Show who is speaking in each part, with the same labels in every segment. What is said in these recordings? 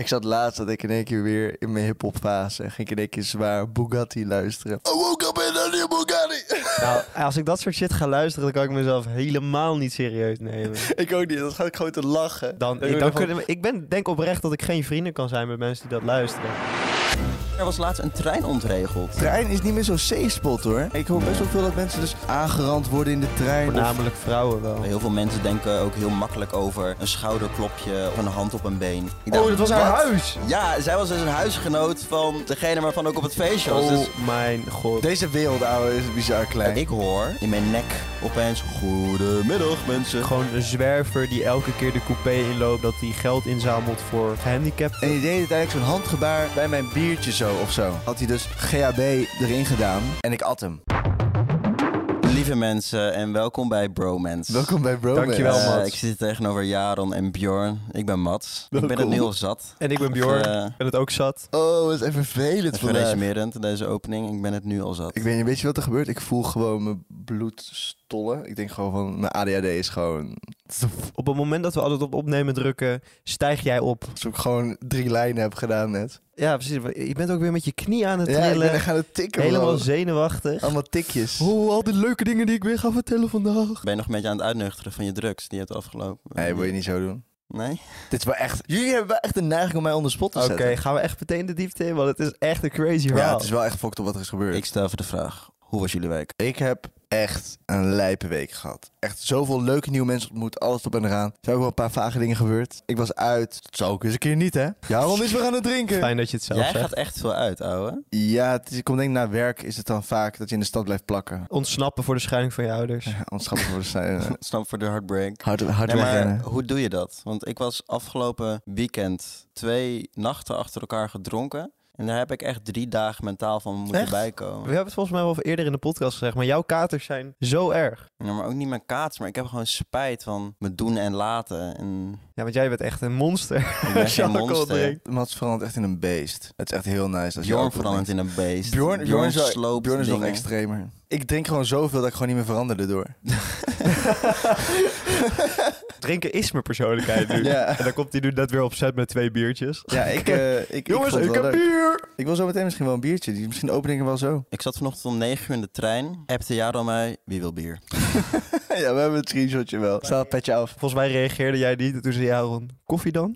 Speaker 1: Ik zat laatst dat ik in één keer weer in mijn hip-hop fase. Ging ik in één keer zwaar Bugatti luisteren. Oh, woke up in a new Bugatti.
Speaker 2: Nou, als ik dat soort shit ga luisteren, dan kan ik mezelf helemaal niet serieus nemen.
Speaker 1: ik ook niet, dan ga ik gewoon te lachen.
Speaker 2: Dan,
Speaker 1: doe
Speaker 2: ik,
Speaker 1: ik
Speaker 2: dan
Speaker 1: nog
Speaker 2: kunnen we- ik ben, denk oprecht dat ik geen vrienden kan zijn met mensen die dat luisteren.
Speaker 3: Er was laatst een trein ontregeld.
Speaker 1: Trein is niet meer zo'n safe-spot hoor. Ik hoor best wel veel dat mensen dus aangerand worden in de trein. of-
Speaker 2: Voornamelijk vrouwen wel.
Speaker 3: Heel veel mensen denken ook heel makkelijk over een schouderklopje of een hand op een been. Ik dacht,
Speaker 1: Oh, dat was haar
Speaker 3: wat?
Speaker 1: huis.
Speaker 3: Ja, zij was dus een huisgenoot van degene waarvan ook op het feestje was. Dus
Speaker 2: Oh mijn god.
Speaker 1: Deze wereld, ouwe, is bizar klein.
Speaker 3: ik hoor in mijn nek opeens, goedemiddag mensen.
Speaker 2: Gewoon een zwerver die elke keer de coupé inloopt dat hij geld inzamelt voor
Speaker 1: En
Speaker 2: gehandicapten.
Speaker 1: die deed uiteindelijk zo'n handgebaar bij mijn biertje zo of zo. Had hij dus GHB erin gedaan en ik at hem.
Speaker 3: Lieve mensen en welkom bij Bromance.
Speaker 1: Welkom bij Bromance.
Speaker 2: Dankjewel,
Speaker 3: Eh,
Speaker 2: man.
Speaker 3: ik zit hier tegenover Jaron en Bjorn. Ik ben Mats. Ik ben
Speaker 1: Welkom.
Speaker 3: het nu al zat.
Speaker 2: En ik ben
Speaker 3: Bjorn.
Speaker 2: Bjorn, ik ben het ook zat.
Speaker 1: Oh, wat is even vervelend
Speaker 3: Het is
Speaker 1: vandaag.
Speaker 3: resumerend, deze opening. Ik ben het nu al zat.
Speaker 1: Ik weet niet, weet je wat er gebeurt? Ik voel gewoon mijn bloed stollen. Ik denk gewoon van, mijn ADHD is gewoon...
Speaker 2: Op het moment dat we altijd op opnemen drukken, stijg jij op.
Speaker 1: Alsof ik gewoon drie lijnen heb gedaan net.
Speaker 2: Ja, precies. Je bent ook weer met je knie aan het
Speaker 1: Ja, ik
Speaker 2: trillen.
Speaker 1: ben gaan het tikken.
Speaker 2: helemaal
Speaker 1: man.
Speaker 2: zenuwachtig.
Speaker 1: Allemaal tikjes.
Speaker 2: Oh, al die leuke dingen die ik weer ga vertellen vandaag.
Speaker 3: Ben je nog een beetje aan het uitnuchteren van je drugs die je hebt afgelopen?
Speaker 1: Nee, wil je niet zo doen.
Speaker 3: Nee?
Speaker 1: Dit is wel echt... Jullie hebben wel echt de neiging om mij onder spot te
Speaker 2: Oké,
Speaker 1: zetten.
Speaker 2: gaan we echt meteen de diepte in? Want het is echt een crazy verhaal.
Speaker 1: Ja, het is wel echt fucked op wat er is gebeurd.
Speaker 3: Ik stel even de vraag. Hoe was jullie week?
Speaker 1: Ik heb echt een lijpe week gehad. Echt zoveel leuke nieuwe mensen ontmoet, alles op en eraan. Er zijn ook wel een paar vage dingen gebeurd. Ik was uit. Dat zou ook eens een keer niet, hè? Jaron is weer aan het drinken.
Speaker 2: Fijn dat je het zelf
Speaker 3: Jij
Speaker 2: zegt.
Speaker 3: gaat echt veel uit, ouwe.
Speaker 1: Ja, het is, ik kom denk ik, na werk is het dan vaak dat je in de stad blijft plakken.
Speaker 2: Ontsnappen voor de scheiding van je ouders.
Speaker 1: Ontschappen voor de zijn. eh,
Speaker 3: Snap voor de heartbreak.
Speaker 1: Hard, hard eh.
Speaker 3: Nee, maar
Speaker 1: wegrennen.
Speaker 3: hoe doe je dat? Want ik was afgelopen weekend twee nachten achter elkaar gedronken. En daar heb ik echt drie dagen mentaal van moeten
Speaker 2: Echt? We
Speaker 3: bijkomen.
Speaker 2: hebben het volgens mij wel eerder in de podcast gezegd, maar jouw katers zijn zo erg.
Speaker 3: Ja, maar ook niet mijn kaats, maar ik heb gewoon spijt van mijn doen en laten. En
Speaker 2: Ja, want jij bent echt een monster.
Speaker 3: ik ben
Speaker 2: als je
Speaker 3: geen
Speaker 2: alcohol
Speaker 3: monster.
Speaker 2: drinkt.
Speaker 1: Mats verandert echt in een beest. Het is echt heel nice. Als je
Speaker 3: Bjorn
Speaker 1: alcohol
Speaker 3: verandert in een beest.
Speaker 1: drinkt. Bjorn, Bjorn, is, wel-
Speaker 3: sloopt
Speaker 1: Bjorn is nog
Speaker 3: dingen.
Speaker 1: extremer. Ik drink gewoon zoveel dat ik gewoon niet meer veranderde door.
Speaker 2: Drinken is mijn persoonlijkheid nu.
Speaker 1: Ja.
Speaker 2: En dan komt hij nu net weer opzet met twee biertjes.
Speaker 1: Ja, ik, eh, ik- ik,
Speaker 2: Jongens,
Speaker 1: vond het
Speaker 2: ik
Speaker 1: wel
Speaker 2: heb
Speaker 1: leuk.
Speaker 2: bier!
Speaker 1: Ik wil zo meteen misschien wel een biertje. Die- Misschien open ik hem wel zo.
Speaker 3: Ik zat vanochtend om negen uur in de trein. Appte Jaron mij, wie wil bier?
Speaker 1: ja, we hebben het screenshotje wel. Staat het petje af.
Speaker 2: Volgens mij reageerde jij niet. En toen zei Jaron, koffie dan?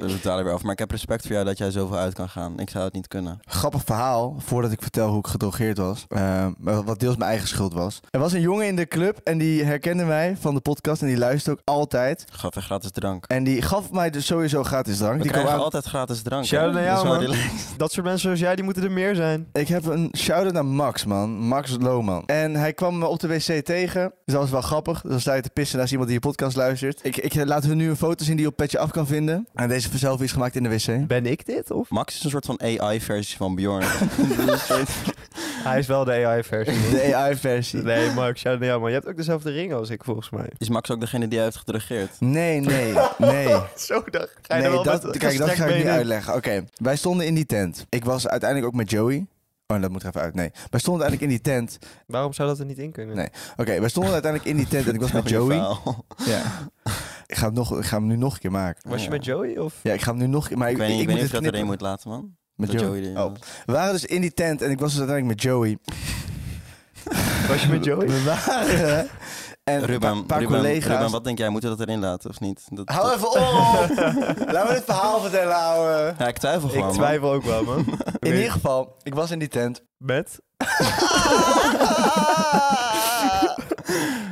Speaker 3: Dus ik daar weer af. Maar ik heb respect voor jou dat jij zoveel uit kan gaan. Ik zou het niet kunnen.
Speaker 1: Grappig verhaal, voordat ik vertel hoe ik gedrogeerd was. eh, maar wat deels mijn eigen schuld was. Er was een jongen in de club en die herkende mij van de podcast. En die luistert ook altijd.
Speaker 3: Ik Gaf weer gratis drank.
Speaker 1: En die gaf mij dus sowieso gratis drank.
Speaker 3: We
Speaker 1: die kwam
Speaker 3: krijgen
Speaker 1: aan-
Speaker 3: altijd gratis drank. hè?
Speaker 2: Shout-out naar
Speaker 3: Dat is
Speaker 2: jou,
Speaker 3: wel
Speaker 2: man.
Speaker 3: relaxed.
Speaker 2: Dat soort mensen zoals jij, die moeten er meer zijn.
Speaker 1: Ik heb een shout-out naar Max, man. Max Lohman. En hij kwam me op de wc tegen. Dus dat was wel grappig. Dus dan sta je te pissen naast iemand die je podcast luistert. Ik, ik laat hun nu een foto zien die je op Petje Af kan vinden. En deze zelf is gemaakt in de wc.
Speaker 2: Ben ik dit? Of?
Speaker 3: Max is een soort van AI-versie van Bjorn. Dus een soort-
Speaker 2: Hij is wel de AI-versie.
Speaker 1: De AI-versie.
Speaker 2: Nee, Mark, shout out naar jou, man. Je hebt ook dezelfde ring als ik, volgens mij.
Speaker 3: is Max ook degene die hij heeft gedregeerd?
Speaker 1: Nee, nee, nee.
Speaker 2: Zo, dan ga
Speaker 1: Nee, dat, kijk, dat ga ik niet uitleggen. Oké, wij stonden in die tent. Ik was uiteindelijk ook met Joey. Oh, dat moet er even uit. Nee. Wij stonden uiteindelijk in die tent.
Speaker 2: Waarom zou dat er niet in kunnen?
Speaker 1: Nee. Oké, wij stonden uiteindelijk in die tent en ik was met
Speaker 3: Vertel je
Speaker 1: Joey.
Speaker 3: verhaal.
Speaker 1: Ja. Ik ga, hem nog, ik ga hem nu nog een keer maken.
Speaker 2: Was je
Speaker 3: Ja.
Speaker 2: met Joey of?
Speaker 1: Ja, ik ga hem nu nog een keer... Maar
Speaker 3: Ik,
Speaker 1: ik,
Speaker 3: weet
Speaker 1: ik,
Speaker 3: niet, ik
Speaker 1: moet
Speaker 3: weet niet of
Speaker 1: dit
Speaker 3: je dat erin
Speaker 1: knippen.
Speaker 3: moet laten, man.
Speaker 1: Met
Speaker 3: Dat
Speaker 1: Joey.
Speaker 3: erin
Speaker 1: Oh.
Speaker 3: was.
Speaker 1: We waren dus in die tent en ik was dus uiteindelijk met Joey.
Speaker 2: Was je met Joey?
Speaker 1: We waren... En
Speaker 3: Ruben,
Speaker 1: een paar
Speaker 3: Ruben,
Speaker 1: collega's...
Speaker 3: Ruben, wat denk jij? Moeten we dat erin laten of niet? Dat,
Speaker 1: Hou
Speaker 3: dat-
Speaker 1: even op! Laat me dit verhaal vertellen, ouwe.
Speaker 3: Ja, ik twijfel gewoon.
Speaker 2: Ik
Speaker 3: man.
Speaker 2: twijfel ook wel, man.
Speaker 1: In ieder geval, ik was in die tent.
Speaker 2: Met?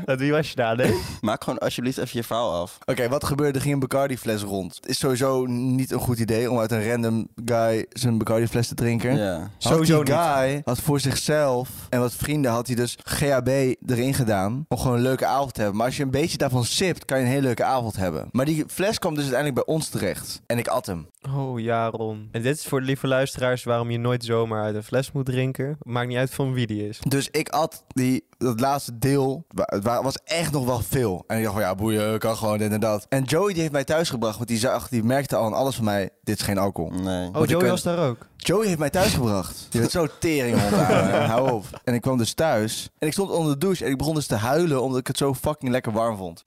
Speaker 2: Met wie was je daar? Nee?
Speaker 3: Maak gewoon alsjeblieft even je verhaal af.
Speaker 1: Oké, wat gebeurde? Er ging een Bacardi-fles rond. Het is sowieso niet een goed idee om uit een random guy zijn Bacardi-fles te drinken.
Speaker 3: Ja.
Speaker 1: Had
Speaker 2: Sowieso
Speaker 1: die guy had voor zichzelf en wat vrienden had hij dus GHB erin gedaan om gewoon een leuke avond te hebben. Maar als je een beetje daarvan sipt, kan je een hele leuke avond hebben. Maar die fles kwam dus uiteindelijk bij ons terecht. En ik at hem.
Speaker 2: Oh, Jaron. En dit is voor de lieve luisteraars waarom je nooit zomaar uit een fles moet drinken. Maakt niet uit van wie die is.
Speaker 1: Dus ik at die, dat laatste deel. Wa- Het wa- was echt nog wel veel. En ik dacht van ja, boeien, kan gewoon dit en dat. En Joey die heeft mij thuisgebracht, want die, zag, die merkte al aan alles van mij, dit is geen alcohol.
Speaker 3: Nee.
Speaker 2: Oh,
Speaker 1: je
Speaker 2: Joey
Speaker 1: kunt-
Speaker 2: was daar ook.
Speaker 1: Joey heeft mij thuisgebracht. Je bent zo teringhond. ouwe. Hou op. En ik kwam dus thuis. En ik stond onder de douche en ik begon dus te huilen omdat ik het zo fucking lekker warm vond.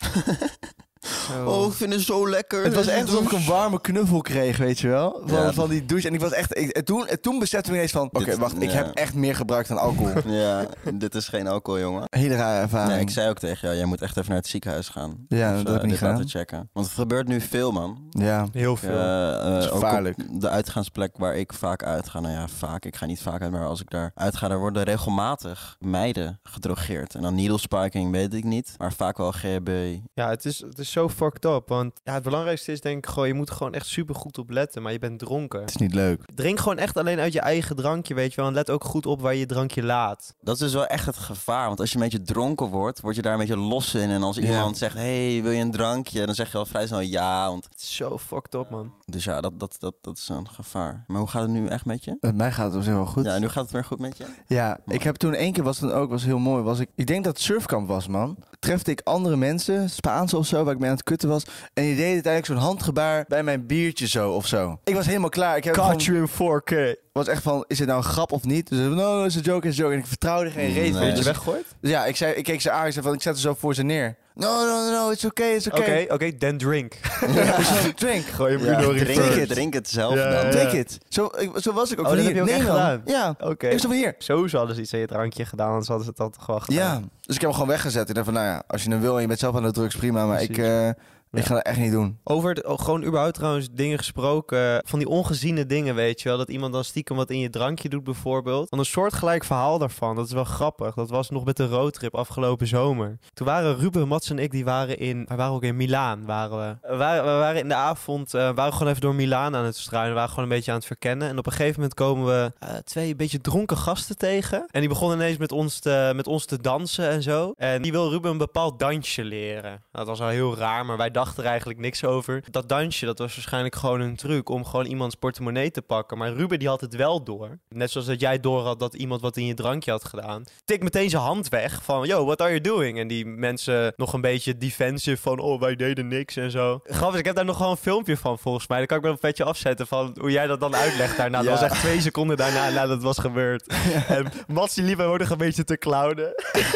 Speaker 2: Zo.
Speaker 3: Oh, ik vind het zo lekker.
Speaker 1: Het was echt alsof ik
Speaker 3: dus Douche.
Speaker 1: een warme knuffel kreeg, weet je wel? Van,
Speaker 3: Ja.
Speaker 1: van die douche. En ik was echt. Ik, en toen, en toen besefte ik ineens van. Oké,
Speaker 3: Dit-
Speaker 1: wacht, ik
Speaker 3: ja.
Speaker 1: heb echt meer gebruikt dan alcohol.
Speaker 3: Ja, dit is geen alcohol, jongen.
Speaker 1: Hele rare ervaring.
Speaker 3: Nee, ik zei ook tegen jou, jij moet echt even naar het ziekenhuis gaan.
Speaker 1: Ja,
Speaker 3: Of,
Speaker 1: dat
Speaker 3: eh,
Speaker 1: heb ik niet
Speaker 3: dit
Speaker 1: gedaan.
Speaker 3: laten checken. Want het gebeurt nu veel, man.
Speaker 1: Ja.
Speaker 2: Heel veel.
Speaker 3: Eh, eh,
Speaker 1: is
Speaker 3: ook op
Speaker 1: gevaarlijk.
Speaker 3: de uitgaansplek waar ik vaak uitga. Nou ja, vaak. Ik ga niet vaak uit, maar als ik daar uitga, daar worden regelmatig meiden gedrogeerd. En dan needle spiking weet ik niet. Maar vaak wel GHB.
Speaker 2: Ja, het is, het is zo fucked up. Want ja, het belangrijkste is denk ik gewoon, je moet er gewoon echt super goed op letten. Maar je bent dronken.
Speaker 1: Het is niet leuk.
Speaker 2: Drink gewoon echt alleen uit je eigen drankje, weet je wel. En let ook goed op waar je je drankje laat.
Speaker 3: Dat is dus wel echt het gevaar. Want als je een beetje dronken wordt, word je daar een beetje los in. En als
Speaker 1: Ja.
Speaker 3: iemand zegt, hey, wil je een drankje? Dan zeg je al vrij snel ja. Want...
Speaker 2: Het is zo fucked up, man.
Speaker 3: Dus ja, dat, dat, dat, dat is een gevaar. Maar hoe gaat het nu echt met je?
Speaker 1: Met mij gaat het op zich wel goed.
Speaker 3: Ja, nu gaat het weer goed met je?
Speaker 1: Ja, ik heb toen één keer, was dan ook, was heel mooi. Was ik, ik denk dat het surfkamp was, man. Trefte ik andere mensen, Spaanse of zo, waar ik mee aan het kutten was. En die deden uiteindelijk zo'n handgebaar bij mijn biertje zo of zo. Ik was helemaal klaar. Ik heb gewoon-
Speaker 2: Caught you in 4K.
Speaker 1: was echt van, is dit nou een grap of niet? Dus no, no, is een joke, is een joke. En ik vertrouwde geen reet.
Speaker 3: Nee.
Speaker 1: van.
Speaker 2: Weet je
Speaker 1: Dus-
Speaker 2: weggooid?
Speaker 1: dus ja, ik, zei, ik keek ze aan, ik zei van, ik zet er zo voor ze neer. No, no, no, no, it's okay, it's
Speaker 2: Oké,
Speaker 1: okay.
Speaker 2: oké, then drink.
Speaker 1: Ja, zo, drink.
Speaker 2: Gooi hem
Speaker 3: Ja,
Speaker 2: door in
Speaker 3: drink, het,
Speaker 2: first.
Speaker 3: drink het zelf
Speaker 2: Ja,
Speaker 3: dan.
Speaker 2: ja.
Speaker 1: Take it. Zo, ik- zo was ik ook.
Speaker 2: Oh, dat
Speaker 1: Van,
Speaker 2: heb
Speaker 1: hier,
Speaker 2: je ook
Speaker 1: neem
Speaker 2: echt
Speaker 1: dan.
Speaker 2: gedaan?
Speaker 1: Ja.
Speaker 2: Oké.
Speaker 1: Ik was van hier.
Speaker 2: Sowieso hadden ze iets aan je drankje gedaan, anders hadden ze het altijd gewoon gedaan.
Speaker 1: Ja, dus ik heb hem gewoon weggezet. Ik dacht van, nou ja, als je hem wil en je bent zelf aan de drugs, prima. Maar ik,
Speaker 2: Precies.
Speaker 1: eh, ik ga dat echt niet doen.
Speaker 2: Over het, oh, gewoon überhaupt trouwens dingen gesproken. eh, Van die ongeziene dingen, weet je wel. Dat iemand dan stiekem wat in je drankje doet bijvoorbeeld. Dan een soortgelijk verhaal daarvan. Dat is wel grappig. Dat was nog met de roadtrip afgelopen zomer. Toen waren Ruben, Mats en ik, die waren in... We waren ook in Milaan, waren we. We waren, we waren in de avond, eh, waren gewoon even door Milaan aan het struinen. We waren gewoon een beetje aan het verkennen. En op een gegeven moment komen we eh, twee een beetje dronken gasten tegen. En die begonnen ineens met ons, te, met ons te dansen en zo. En die wil Ruben een bepaald dansje leren. Dat was al heel raar, maar wij dachten er eigenlijk niks over. Dat dansje, dat was waarschijnlijk gewoon een truc om gewoon iemands portemonnee te pakken. Maar Ruben die had het wel door. Net zoals dat jij door had dat iemand wat in je drankje had gedaan. Tik meteen zijn hand weg van, yo, what are you doing? En die mensen nog een beetje defensive van, oh, wij deden niks en zo. Grappig, ik heb daar nog gewoon een filmpje van volgens mij. Dan kan ik wel een vetje afzetten van hoe jij dat dan uitlegt daarna.
Speaker 3: Ja.
Speaker 2: Dat was echt twee seconden daarna nadat het was gebeurd. En Mats die liep hem ook nog een beetje te clownen.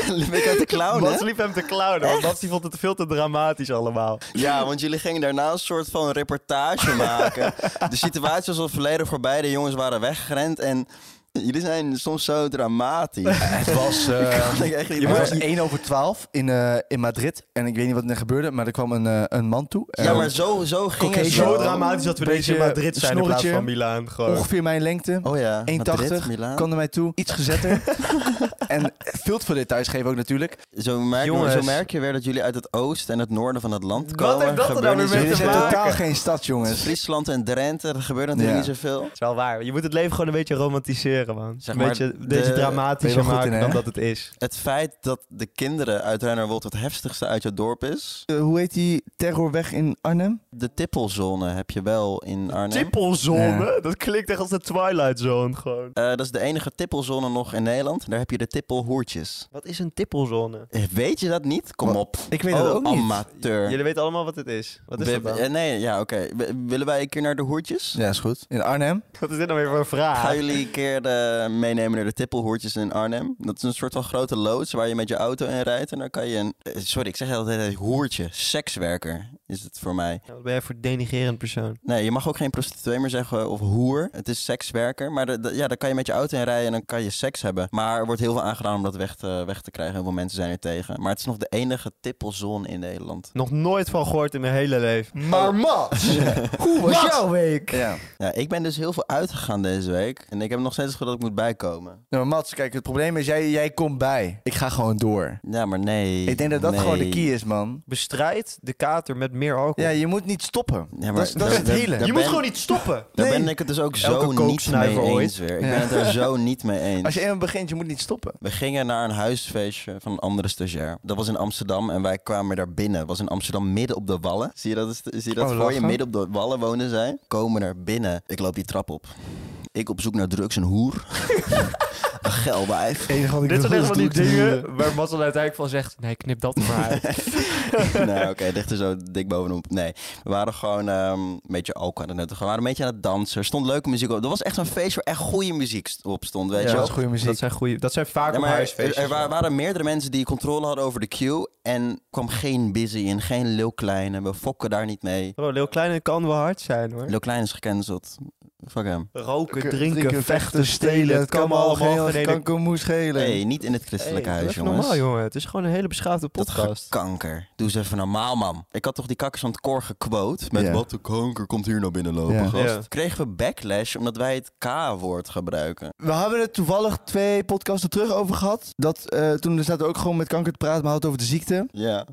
Speaker 3: Liep ik uit de clown, hè?
Speaker 2: Mats liep hem te clownen, want Mats die vond het veel te dramatisch allemaal.
Speaker 3: Ja, want jullie gingen daarna een soort van reportage maken. De situatie was al volledig voorbij. De jongens waren weggerend en jullie zijn soms zo dramatisch.
Speaker 1: Eh, Het was,
Speaker 3: Dat ik echt niet
Speaker 1: het was
Speaker 3: Maar-
Speaker 1: 1 over 12 in, eh, in Madrid. En ik weet niet wat er gebeurde, maar er kwam een, eh, een man toe.
Speaker 3: ja,
Speaker 1: Eh,
Speaker 3: maar zo, zo ging
Speaker 1: Oké,
Speaker 3: het
Speaker 1: zo
Speaker 2: Zo
Speaker 3: wel.
Speaker 2: dramatisch dat we deze
Speaker 1: Beetje
Speaker 2: in Madrid zijn in plaats
Speaker 1: snorretje.
Speaker 2: van Milaan. Gewoon.
Speaker 1: Ongeveer mijn lengte.
Speaker 3: Oh ja,
Speaker 1: 1,80.
Speaker 3: 1,80 Milaan.
Speaker 1: kwam naar mij toe, iets gezetter. en veel te veel details geven ook natuurlijk.
Speaker 3: Zo, merk,
Speaker 2: Jongens.
Speaker 3: zo merk je weer dat jullie uit het oosten en het noorden van het land
Speaker 2: Wat
Speaker 3: komen.
Speaker 2: heeft dat er nou
Speaker 3: Gebeurt niet
Speaker 2: weer mee
Speaker 1: Dit
Speaker 3: zoveel.
Speaker 1: is
Speaker 2: te
Speaker 3: Dit is
Speaker 2: maken?
Speaker 1: totaal geen stad, jongens.
Speaker 3: Friesland en Drenthe, er gebeurt natuurlijk
Speaker 1: Ja.
Speaker 3: niet zoveel.
Speaker 2: Dat is wel waar. Je moet het leven gewoon een beetje romantiseren, man.
Speaker 3: Zeg
Speaker 2: een
Speaker 3: maar,
Speaker 2: beetje
Speaker 3: de-
Speaker 2: deze
Speaker 1: Ben je
Speaker 2: dramatischer
Speaker 1: wel goed
Speaker 2: maken
Speaker 1: in, hè?
Speaker 2: dan dat het is.
Speaker 3: Het feit dat de kinderen uit Ruinerwold het heftigste uit je dorp is.
Speaker 1: Eh, hoe heet die terrorweg in Arnhem?
Speaker 3: De tippelzone heb je wel in Arnhem.
Speaker 2: Tippelzone? Dat klinkt echt als de Twilight Zone gewoon.
Speaker 3: Eh, dat is de enige tippelzone nog in Nederland. Daar heb je de tippelhoertjes.
Speaker 2: Wat is een tippelzone?
Speaker 3: Eh, Weet je dat niet? Kom
Speaker 1: Wat?
Speaker 3: op.
Speaker 1: Ik weet dat
Speaker 3: Oh,
Speaker 1: ook niet.
Speaker 3: amateur.
Speaker 2: Jullie weten allemaal wat het is. Wat is
Speaker 3: We-
Speaker 2: dat dan?
Speaker 3: eh, Nee, ja, oké. We- Willen wij een keer naar de hoertjes?
Speaker 1: Ja, is goed. In Arnhem.
Speaker 2: Wat is dit nou weer voor een vraag?
Speaker 3: Gaan jullie een keer eh, meenemen naar de tippelhoertjes in Arnhem? Dat is een soort van grote loods waar je met je auto in rijdt. En dan kan je een... eh, Sorry, ik zeg altijd hoertje. Sekswerker is het voor mij.
Speaker 2: Ja, Wat ben jij voor denigerend persoon?
Speaker 3: Nee, je mag ook geen prostituee meer zeggen of hoer. Het is sekswerker. Maar de- de- ja, dan kan je met je auto in rijden en dan kan je seks hebben. Maar er wordt heel veel aangedaan om dat weg te, weg te krijgen. Heel veel mensen zijn er tegen. Maar het is nog de enige tippelzone in Nederland.
Speaker 2: Nog nooit van gehoord in mijn hele leven.
Speaker 1: Maar Oh. Hoe was jouw week? Ja.
Speaker 3: Ja, ik ben dus heel veel uitgegaan deze week. En ik heb nog steeds het gevoel dat ik moet bijkomen.
Speaker 1: Nou, maar Mats, kijk, het probleem is, jij, jij komt bij. Ik ga gewoon door.
Speaker 3: Ja, maar nee.
Speaker 1: Ik denk dat dat
Speaker 3: nee.
Speaker 1: gewoon de key is, man.
Speaker 2: Bestrijd de kater met meer
Speaker 1: Ja,
Speaker 2: alcohol.
Speaker 1: je moet niet stoppen.
Speaker 3: Ja, maar
Speaker 1: dat is, dat
Speaker 3: daar-
Speaker 1: is het
Speaker 3: daar-
Speaker 1: hele.
Speaker 3: daar ben-
Speaker 2: niet stoppen.
Speaker 3: Daar
Speaker 1: Nee.
Speaker 3: ben ik het dus ook
Speaker 2: Elke
Speaker 3: zo niet mee
Speaker 2: kooksnuiver ooit.
Speaker 3: eens weer. Ik
Speaker 1: Ja.
Speaker 3: ben het er zo niet mee eens.
Speaker 1: Als je eenmaal begint, je moet niet stoppen.
Speaker 3: We gingen naar een huisfeestje van een andere stagiair. Dat was in Amsterdam en wij kwamen daar binnen. Het was in Amsterdam midden op de Wallen. Zie je dat, is- zie je
Speaker 1: Oh,
Speaker 3: dat voor je?
Speaker 1: lachen.
Speaker 3: Midden op de Wallen wonen zij. Komen daar binnen. Ik loop die trap op. Ik op zoek naar drugs en hoer. Gelwijf.
Speaker 1: enige wat ik
Speaker 4: Dit
Speaker 1: nog
Speaker 4: zijn echt
Speaker 1: goed
Speaker 4: van die
Speaker 1: doe, is
Speaker 4: dingen
Speaker 1: doen.
Speaker 4: waar Mazzel uiteindelijk van zegt... Nee, knip dat er maar uit.
Speaker 3: nou, oké, ligt er zo dik bovenop. Nee, we waren gewoon ehm, een beetje alcohol aan het We waren een beetje aan het dansen. Er stond leuke muziek op. Dat was echt zo'n feest waar echt goede muziek st- op stond, weet
Speaker 1: Ja, dat
Speaker 3: je wel.
Speaker 1: is goede
Speaker 2: Dat
Speaker 1: muziek.
Speaker 2: zijn, goeie, dat zijn vaak
Speaker 3: Ja,
Speaker 2: op
Speaker 3: maar er,
Speaker 2: huisfeestjes.
Speaker 3: er wa-
Speaker 2: wel.
Speaker 3: waren meerdere mensen die controle hadden over de queue. En kwam geen busy in, geen Lil Kleine. We fokken daar niet mee.
Speaker 2: Bro, Lil Kleine kan wel hard zijn hoor.
Speaker 3: Lil Kleine is gecanceld. Fuck hem.
Speaker 2: Roken,
Speaker 1: K-
Speaker 2: drinken, vechten, stelen. Het kan me allemaal geen
Speaker 1: geen
Speaker 2: ene-
Speaker 1: kankermoes schelen.
Speaker 3: Nee, niet in het
Speaker 2: Hey,
Speaker 3: christelijke
Speaker 2: doe
Speaker 3: huis,
Speaker 2: even
Speaker 3: jongens.
Speaker 2: normaal jongen. Het is gewoon een hele beschaafde
Speaker 3: Dat
Speaker 2: podcast.
Speaker 3: kanker. Doe eens even normaal, man. Ik had toch die kakkers van het koor gequote met
Speaker 1: Ja.
Speaker 3: wat de kanker komt hier nou binnen lopen,
Speaker 1: Ja.
Speaker 3: gast.
Speaker 2: Ja.
Speaker 3: Kregen we backlash omdat wij het K-woord gebruiken.
Speaker 1: We hebben het toevallig twee podcasten terug over gehad. Dat, eh, toen zaten we ook gewoon met kanker te praten, maar hadden het over de ziekte.
Speaker 3: Ja.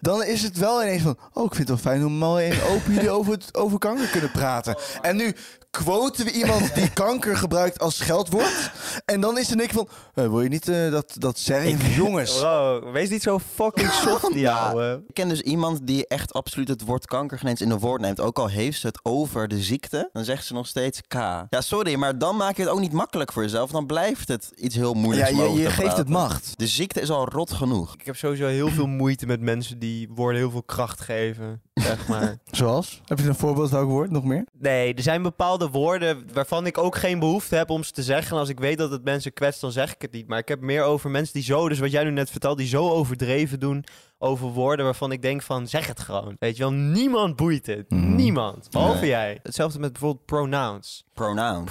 Speaker 1: Dan is het wel ineens van, oh, ik vind het wel fijn hoe mal en open jullie over, het, over kanker kunnen praten. En nu quoten we iemand die kanker gebruikt als scheldwoord. En dan is er niks van, eh, wil je niet eh, dat, dat zeggen? Jongens.
Speaker 2: Bro, wees niet zo fucking soft,
Speaker 3: Ja.
Speaker 2: ouwe.
Speaker 3: Ik ken dus iemand die echt absoluut het woord kanker geen eens in de woord neemt. Ook al heeft ze het over de ziekte, dan zegt ze nog steeds K. Ja, sorry, maar dan maak je het ook niet makkelijk voor jezelf. Dan blijft het iets heel
Speaker 1: Ja,
Speaker 3: moeilijks om
Speaker 1: je,
Speaker 3: over
Speaker 1: je
Speaker 3: te
Speaker 1: geeft het
Speaker 3: praten.
Speaker 1: macht.
Speaker 3: De ziekte is al rot genoeg.
Speaker 2: Ik heb sowieso heel veel moeite met mensen die woorden heel veel kracht geven, zeg maar.
Speaker 1: Zoals? Heb je een voorbeeld welk woord nog meer?
Speaker 2: Nee, er zijn bepaalde woorden waarvan ik ook geen behoefte heb om ze te zeggen. En als ik weet dat het mensen kwetst, dan zeg ik het niet. Maar ik heb meer over mensen die zo, dus wat jij nu net vertelt, die zo overdreven doen over woorden waarvan ik denk van, zeg het gewoon. Weet je wel, niemand boeit het.
Speaker 1: Mhm.
Speaker 2: Niemand. Behalve
Speaker 3: Nee.
Speaker 2: jij. Hetzelfde met bijvoorbeeld pronouns.
Speaker 3: Pronouns.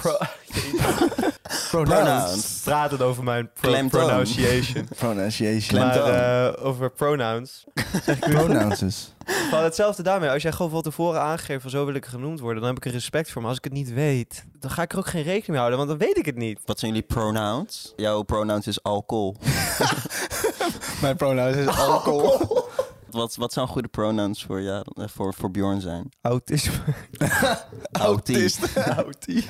Speaker 2: Pro-
Speaker 3: Pronouns.
Speaker 2: Het gaat het over mijn pro-
Speaker 3: Klemtoon.
Speaker 2: pronunciation.
Speaker 1: Pronunciation.
Speaker 3: Klem-
Speaker 2: maar
Speaker 3: Klemtoon.
Speaker 2: eh, over pronouns.
Speaker 1: Pronouns.
Speaker 2: Van hetzelfde daarmee. Als jij gewoon van tevoren aangeeft van zo wil ik genoemd worden, dan heb ik er respect voor. Maar als ik het niet weet, dan ga ik er ook geen rekening mee houden, want dan weet ik het niet.
Speaker 3: Wat zijn jullie pronouns? Jouw pronouns is alcohol.
Speaker 1: Mijn pronouns is alcohol.
Speaker 3: Wat, wat zou een goede pronouns voor, ja, voor, voor Bjorn zijn?
Speaker 2: Autisme.
Speaker 3: Autist.
Speaker 2: Autie.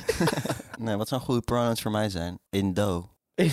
Speaker 3: Nee, wat zou een goede pronouns voor mij zijn? Indo.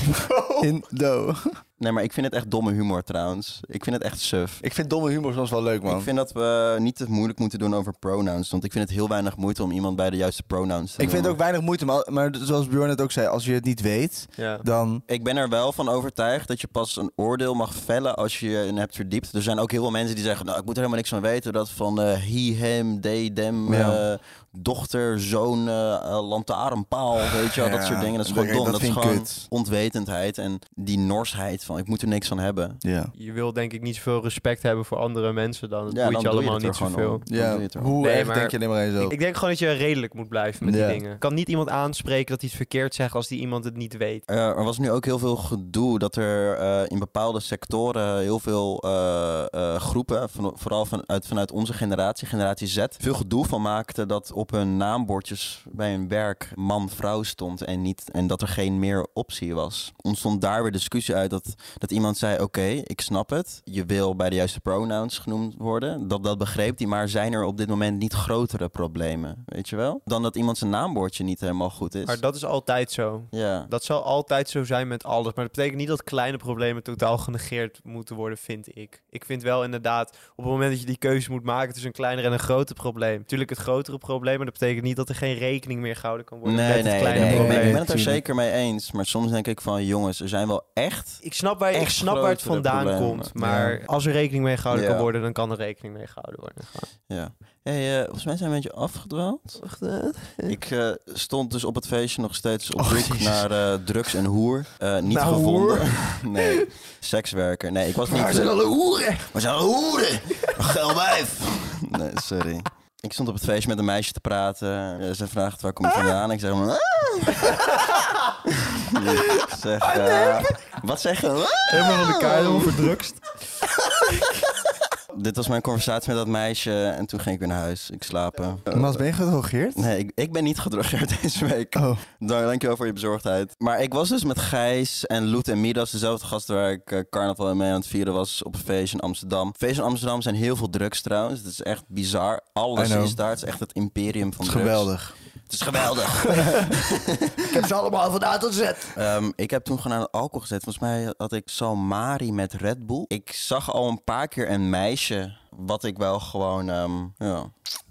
Speaker 1: In do.
Speaker 3: Nee, maar ik vind het echt domme humor trouwens. Ik vind het echt suf.
Speaker 1: Ik vind domme humor soms wel leuk, man.
Speaker 3: Ik vind dat we niet te moeilijk moeten doen over pronouns. Want ik vind het heel weinig moeite om iemand bij de juiste pronouns te
Speaker 1: Ik vind het ook
Speaker 3: noemen.
Speaker 1: weinig moeite, maar, maar zoals Bjorn het ook zei, als je het niet weet,
Speaker 2: Ja.
Speaker 1: dan...
Speaker 3: Ik ben er wel van overtuigd dat je pas een oordeel mag vellen als je je erin hebt verdiept. Er zijn ook heel veel mensen die zeggen, nou, ik moet er helemaal niks van weten. Dat van eh he, hem, they, them,
Speaker 1: Ja.
Speaker 3: eh, dochter, zoon, eh eh, lantaarnpaal, weet je wel.
Speaker 1: Ja,
Speaker 3: dat soort dingen, dat is
Speaker 1: dat-
Speaker 3: gewoon dom.
Speaker 1: dat
Speaker 3: Dat, is
Speaker 1: vind ik
Speaker 3: gewoon
Speaker 1: kut.
Speaker 3: ontwetendheid en die norsheid van, ik moet er niks van hebben.
Speaker 1: Ja.
Speaker 2: Je wil denk ik niet zoveel respect hebben voor andere mensen dan. Dat
Speaker 3: Ja,
Speaker 2: moet
Speaker 3: dan
Speaker 2: je
Speaker 3: doe je
Speaker 2: allemaal
Speaker 3: het er
Speaker 2: niet
Speaker 3: gewoon
Speaker 2: zoveel.
Speaker 3: om. Dan
Speaker 1: ja.
Speaker 3: doe je het er
Speaker 1: Hoe
Speaker 2: Nee,
Speaker 1: erg
Speaker 2: maar-
Speaker 1: denk je alleen maar eens
Speaker 2: Ik,
Speaker 1: over?
Speaker 2: ik denk gewoon dat je redelijk moet blijven met
Speaker 1: Ja.
Speaker 2: die dingen. Ik kan niet iemand aanspreken dat hij het verkeerd zegt als die iemand het niet weet.
Speaker 3: Eh, er was nu ook heel veel gedoe dat er eh, in bepaalde sectoren heel veel eh, eh, groepen, van- vooral vanuit, vanuit onze generatie, generatie Z, veel gedoe van maakten dat op hun naambordjes bij hun werk man-vrouw stond en, niet, en dat er geen meer optie was. Ontstond daar weer discussie uit dat, dat iemand zei, oké, ik snap het, je wil bij de juiste pronouns genoemd worden, dat, dat begreep hij, maar zijn er op dit moment niet grotere problemen, weet je wel? Dan dat iemand zijn naambordje niet helemaal goed is.
Speaker 2: Maar dat is altijd zo.
Speaker 3: ja.
Speaker 2: Dat zal altijd zo zijn met alles. Maar dat betekent niet dat kleine problemen totaal genegeerd moeten worden, vind ik. Ik vind wel inderdaad, op het moment dat je die keuze moet maken tussen een kleiner en een groter probleem. Natuurlijk het grotere probleem, maar dat betekent niet dat er geen rekening meer gehouden kan worden met
Speaker 3: Nee,
Speaker 2: het
Speaker 3: nee,
Speaker 2: kleine
Speaker 3: nee. Ik
Speaker 2: probleem.
Speaker 3: ben, ik ben het er
Speaker 1: Tuurlijk.
Speaker 3: zeker mee eens. Maar soms denk ik van, jongens, er zijn wel echt...
Speaker 2: Ik snap waar, ik
Speaker 3: Echt
Speaker 2: snap waar het
Speaker 3: grotere
Speaker 2: vandaan
Speaker 3: problemen.
Speaker 2: komt, maar als er rekening mee gehouden
Speaker 3: Ja.
Speaker 2: kan worden, dan kan er rekening mee gehouden worden.
Speaker 3: Ja. Hey, eh, volgens mij zijn we een beetje afgedwaald. Ik eh, stond dus op het feestje nog steeds op
Speaker 1: Oh,
Speaker 3: zoek
Speaker 1: Jezus.
Speaker 3: naar eh, drugs en hoer. Eh, niet
Speaker 1: Nou,
Speaker 3: gevonden. nee, sekswerker. Nee, ik was niet... eh,
Speaker 1: Waar zijn alle hoeren?
Speaker 3: We zijn alle hoeren! Geil wijf! Nee, sorry. Ik stond op het feestje met een meisje te praten. Eh, ze vraagt waar kom je vandaan? Ik zeg... Ah. ik
Speaker 1: Oh,
Speaker 3: zeg... eh, wat zeg je?
Speaker 2: Helemaal van elkaar, helemaal verdrukst.
Speaker 3: Dit was mijn conversatie met dat meisje en toen ging ik weer naar huis. Ik slapen.
Speaker 1: Mas, ben je gedrogeerd?
Speaker 3: Oh. Nee, ik, ik ben niet gedrogeerd deze week.
Speaker 1: Oh,
Speaker 3: Dank- Dankjewel voor je bezorgdheid. Maar ik was dus met Gijs en Loet en Midas, dezelfde gasten waar ik eh, carnaval mee aan het vieren was, op een feest in Amsterdam. Feest in Amsterdam zijn heel veel drugs trouwens. Het is echt bizar.
Speaker 1: I
Speaker 3: Alles
Speaker 1: know.
Speaker 3: is daar. Het is echt het imperium van
Speaker 1: dat is
Speaker 3: drugs.
Speaker 1: geweldig.
Speaker 3: Het is geweldig.
Speaker 1: Ik heb ze allemaal van A tot Z.
Speaker 3: Ehm, ik heb toen gewoon aan alcohol gezet. Volgens mij had ik Salmari met Red Bull. Ik zag al een paar keer een meisje wat ik wel gewoon... ehm, ja,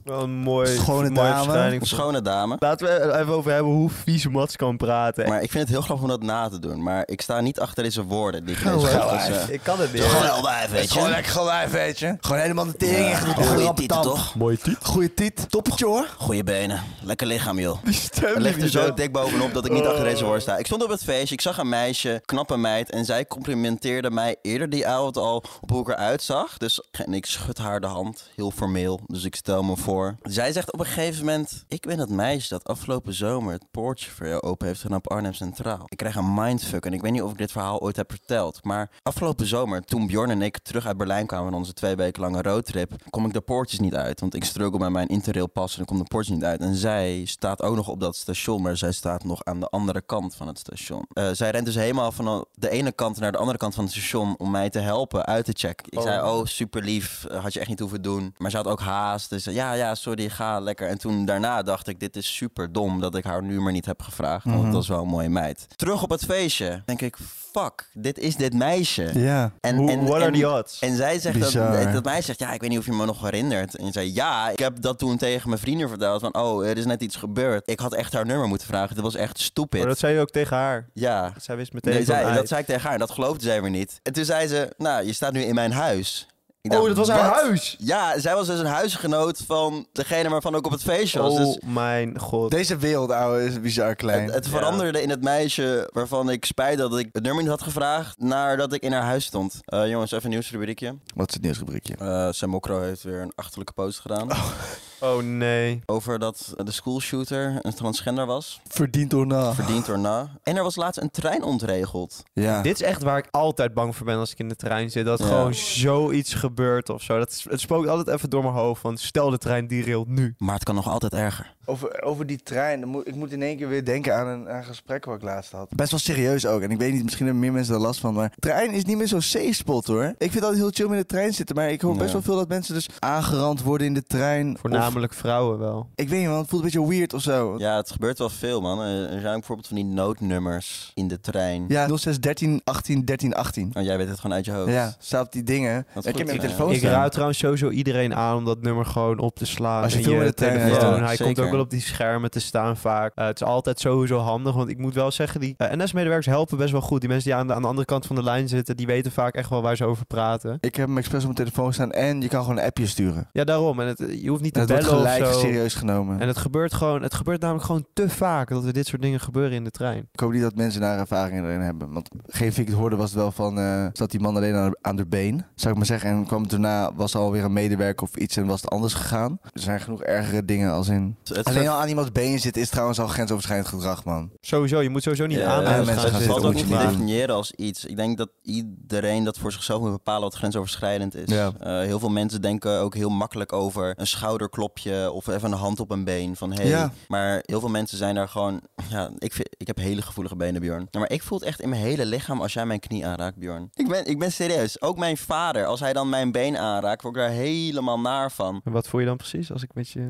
Speaker 2: Wel een mooi,
Speaker 1: Schone
Speaker 2: mooie
Speaker 1: dame.
Speaker 2: verschijning.
Speaker 3: Een schone dame.
Speaker 2: Laten we er even over hebben hoe vies Mats kan praten.
Speaker 3: Maar ik vind het heel grappig om dat na te doen. Maar ik sta niet achter deze woorden die ik ineens
Speaker 1: Gewoon
Speaker 3: gaf, dus,
Speaker 1: wijf.
Speaker 3: eh,
Speaker 2: ik kan het niet.
Speaker 3: Gewoon wel wijf, weet
Speaker 1: Gewoon
Speaker 3: je.
Speaker 1: lekker gewijf, weet je. Gewoon helemaal de tering in
Speaker 3: Ja,
Speaker 1: gedoe.
Speaker 3: Goeie
Speaker 1: Grap,
Speaker 3: titel,
Speaker 1: tap.
Speaker 3: toch?
Speaker 2: Mooie titel.
Speaker 1: Goeie titel. Toppetje hoor.
Speaker 3: Goeie benen. Lekker lichaam, joh.
Speaker 2: Die stem
Speaker 3: Het ligt
Speaker 2: die
Speaker 3: er zo
Speaker 2: die-
Speaker 3: dik bovenop dat ik niet achter deze woorden sta. Ik stond op het feestje, ik zag een meisje, knappe meid. En zij complimenteerde mij eerder die avond al op hoe ik eruit zag. Dus, en ik schud haar de hand, heel formeel. Dus ik stel me voor. Zij zegt op een gegeven moment... Ik ben dat meisje dat afgelopen zomer het poortje voor jou open heeft gedaan op Arnhem Centraal. Ik krijg een mindfuck en ik weet niet of ik dit verhaal ooit heb verteld. Maar afgelopen zomer, toen Bjorn en ik terug uit Berlijn kwamen van onze twee weken lange roadtrip... kom ik de poortjes niet uit. Want ik struggle met mijn interrail pas en ik kom de poortjes niet uit. En zij staat ook nog op dat station, maar zij staat nog aan de andere kant van het station. Eh, zij rent dus helemaal van de ene kant naar de andere kant van het station om mij te helpen uit te checken. Ik zei, oh, super lief, eh, had je echt niet hoeven doen. Maar ze had ook haast, dus eh, ja, ja, sorry, ga lekker. En toen daarna dacht ik, dit is super dom dat ik haar nu maar niet heb gevraagd, want
Speaker 1: Mhm.
Speaker 3: dat is wel een mooie meid. Terug op het feestje, denk ik, fuck, dit is dit meisje.
Speaker 1: Ja.
Speaker 3: En,
Speaker 2: Hoe-
Speaker 3: en-
Speaker 2: what are
Speaker 3: en-
Speaker 2: the odds?
Speaker 3: en zij zegt dat,
Speaker 1: Bizar.
Speaker 3: dat mij zegt, ja, ik weet niet of je me nog herinnert. En zei, ja, ik heb dat toen tegen mijn vrienden verteld. Van, oh, er is net iets gebeurd. Ik had echt haar nummer moeten vragen. Dat was echt stupid.
Speaker 2: Maar Oh, dat zei je ook tegen haar.
Speaker 3: Ja.
Speaker 2: Zij wist meteen
Speaker 3: Nee,
Speaker 2: van
Speaker 3: zij,
Speaker 2: mij.
Speaker 3: dat zei ik tegen haar en dat geloofde zij weer niet. En toen zei ze, nou, je staat nu in mijn huis. Ik
Speaker 2: Oh,
Speaker 3: dacht,
Speaker 2: dat was haar
Speaker 3: "Wat?"
Speaker 2: huis!
Speaker 3: Ja, zij was dus een huisgenoot van degene waarvan ook op het feestje was.
Speaker 2: Oh
Speaker 3: Dus
Speaker 2: mijn god.
Speaker 1: Deze wereld, ouwe, is bizar klein.
Speaker 3: het, het veranderde in het meisje waarvan ik spijt dat ik het nummer niet had gevraagd, naar dat ik in haar huis stond. Eh, jongens, even een nieuwsrubriekje.
Speaker 1: Wat is het nieuwsrubriekje?
Speaker 3: Eh Sam Mokro heeft weer een achterlijke post gedaan.
Speaker 2: Oh nee.
Speaker 3: Over dat eh, de schoolshooter een transgender was.
Speaker 1: Verdiend door na.
Speaker 3: Verdiend door na. En er was laatst een trein ontregeld.
Speaker 1: Ja.
Speaker 2: Dit is echt waar ik altijd bang voor ben als ik in de trein zit. Dat
Speaker 3: Ja.
Speaker 2: gewoon zoiets gebeurt of zo. Dat, het spookt altijd even door mijn hoofd. Van stel de trein derailed nu.
Speaker 3: Maar het kan nog altijd erger.
Speaker 1: Over, over die trein, dan moet- ik moet in één keer weer denken aan een, aan een gesprek wat ik laatst had. Best wel serieus ook. En ik weet niet, misschien hebben meer mensen er last van. Maar trein is niet meer zo'n safe-spot hoor. Ik vind dat heel chill om in de trein zitten. Maar ik hoor
Speaker 3: Ja.
Speaker 1: best wel veel dat mensen dus aangerand worden in de trein. Of,
Speaker 2: Voornamelijk vrouwen wel.
Speaker 1: ik weet niet, want het voelt een beetje weird of zo. Ja,
Speaker 3: Ja, het gebeurt wel veel, man. Eh, Er zijn ook bijvoorbeeld van die noodnummers in de trein.
Speaker 1: 06 13 18 13 18.
Speaker 3: Oh, jij weet het gewoon uit je hoofd.
Speaker 1: Ja, staat op die dingen.
Speaker 3: Dat is
Speaker 1: ik heb
Speaker 3: goed,
Speaker 1: mijn
Speaker 3: ja.
Speaker 1: telefoon
Speaker 2: Ik
Speaker 1: staan.
Speaker 2: raad trouwens sowieso iedereen aan om dat nummer gewoon op te slaan.
Speaker 1: Als je
Speaker 2: in
Speaker 1: veel in de trein
Speaker 2: telefoon.
Speaker 3: rijdt,
Speaker 2: Hij
Speaker 3: zeker.
Speaker 2: komt ook wel op die schermen te staan vaak. Eh, het is altijd sowieso handig. Want ik moet wel zeggen, die eh, NS-medewerkers helpen best wel goed. Die mensen die aan de, aan de andere kant van de lijn zitten, die weten vaak echt wel waar ze over praten.
Speaker 1: Ik heb hem expres op mijn telefoon staan en je kan gewoon een appje sturen.
Speaker 2: Ja, daarom. En het, eh, je hoeft niet te
Speaker 1: Dat wordt
Speaker 2: bellen
Speaker 1: gelijk
Speaker 2: of zo.
Speaker 1: serieus genomen.
Speaker 2: En het gebeurt gewoon, het gebeurt namelijk gewoon te vaak dat er dit soort dingen gebeuren in de trein.
Speaker 1: Ik hoop niet dat mensen daar ervaringen erin hebben. Want geen ik het hoorde was het wel van... eh zat die man alleen aan, aan de been, zou ik maar zeggen. En kwam daarna, was er alweer een medewerker of iets en was het anders gegaan. Er zijn genoeg ergere dingen als in...
Speaker 3: Het- het
Speaker 1: Alleen
Speaker 3: ver-
Speaker 1: al aan iemands been zitten is trouwens al grensoverschrijdend gedrag, man.
Speaker 2: Sowieso, je moet sowieso niet
Speaker 3: Ja,
Speaker 2: aan
Speaker 1: ja,
Speaker 2: mensen
Speaker 1: mensen gaan
Speaker 2: gaan
Speaker 3: Het
Speaker 1: zitten,
Speaker 3: valt ook
Speaker 1: moet
Speaker 3: niet
Speaker 1: je
Speaker 3: te
Speaker 1: niet doen.
Speaker 3: definiëren als iets. Ik denk dat iedereen dat voor zichzelf moet bepalen wat grensoverschrijdend is.
Speaker 1: Ja.
Speaker 3: Eh, heel veel mensen denken ook heel makkelijk over een schouderklopje of even een hand op een been. Van hey.
Speaker 1: Ja.
Speaker 3: Maar heel veel mensen zijn daar gewoon. Ja, ik, vind, ik heb hele gevoelige benen, Bjorn. Ja, maar ik voel het echt in mijn hele lichaam als jij mijn knie aanraakt, Bjorn. Ik ben, ik ben serieus. Ook mijn vader, als hij dan mijn been aanraakt, word ik daar helemaal naar van.
Speaker 2: En wat voel je dan precies als ik met je...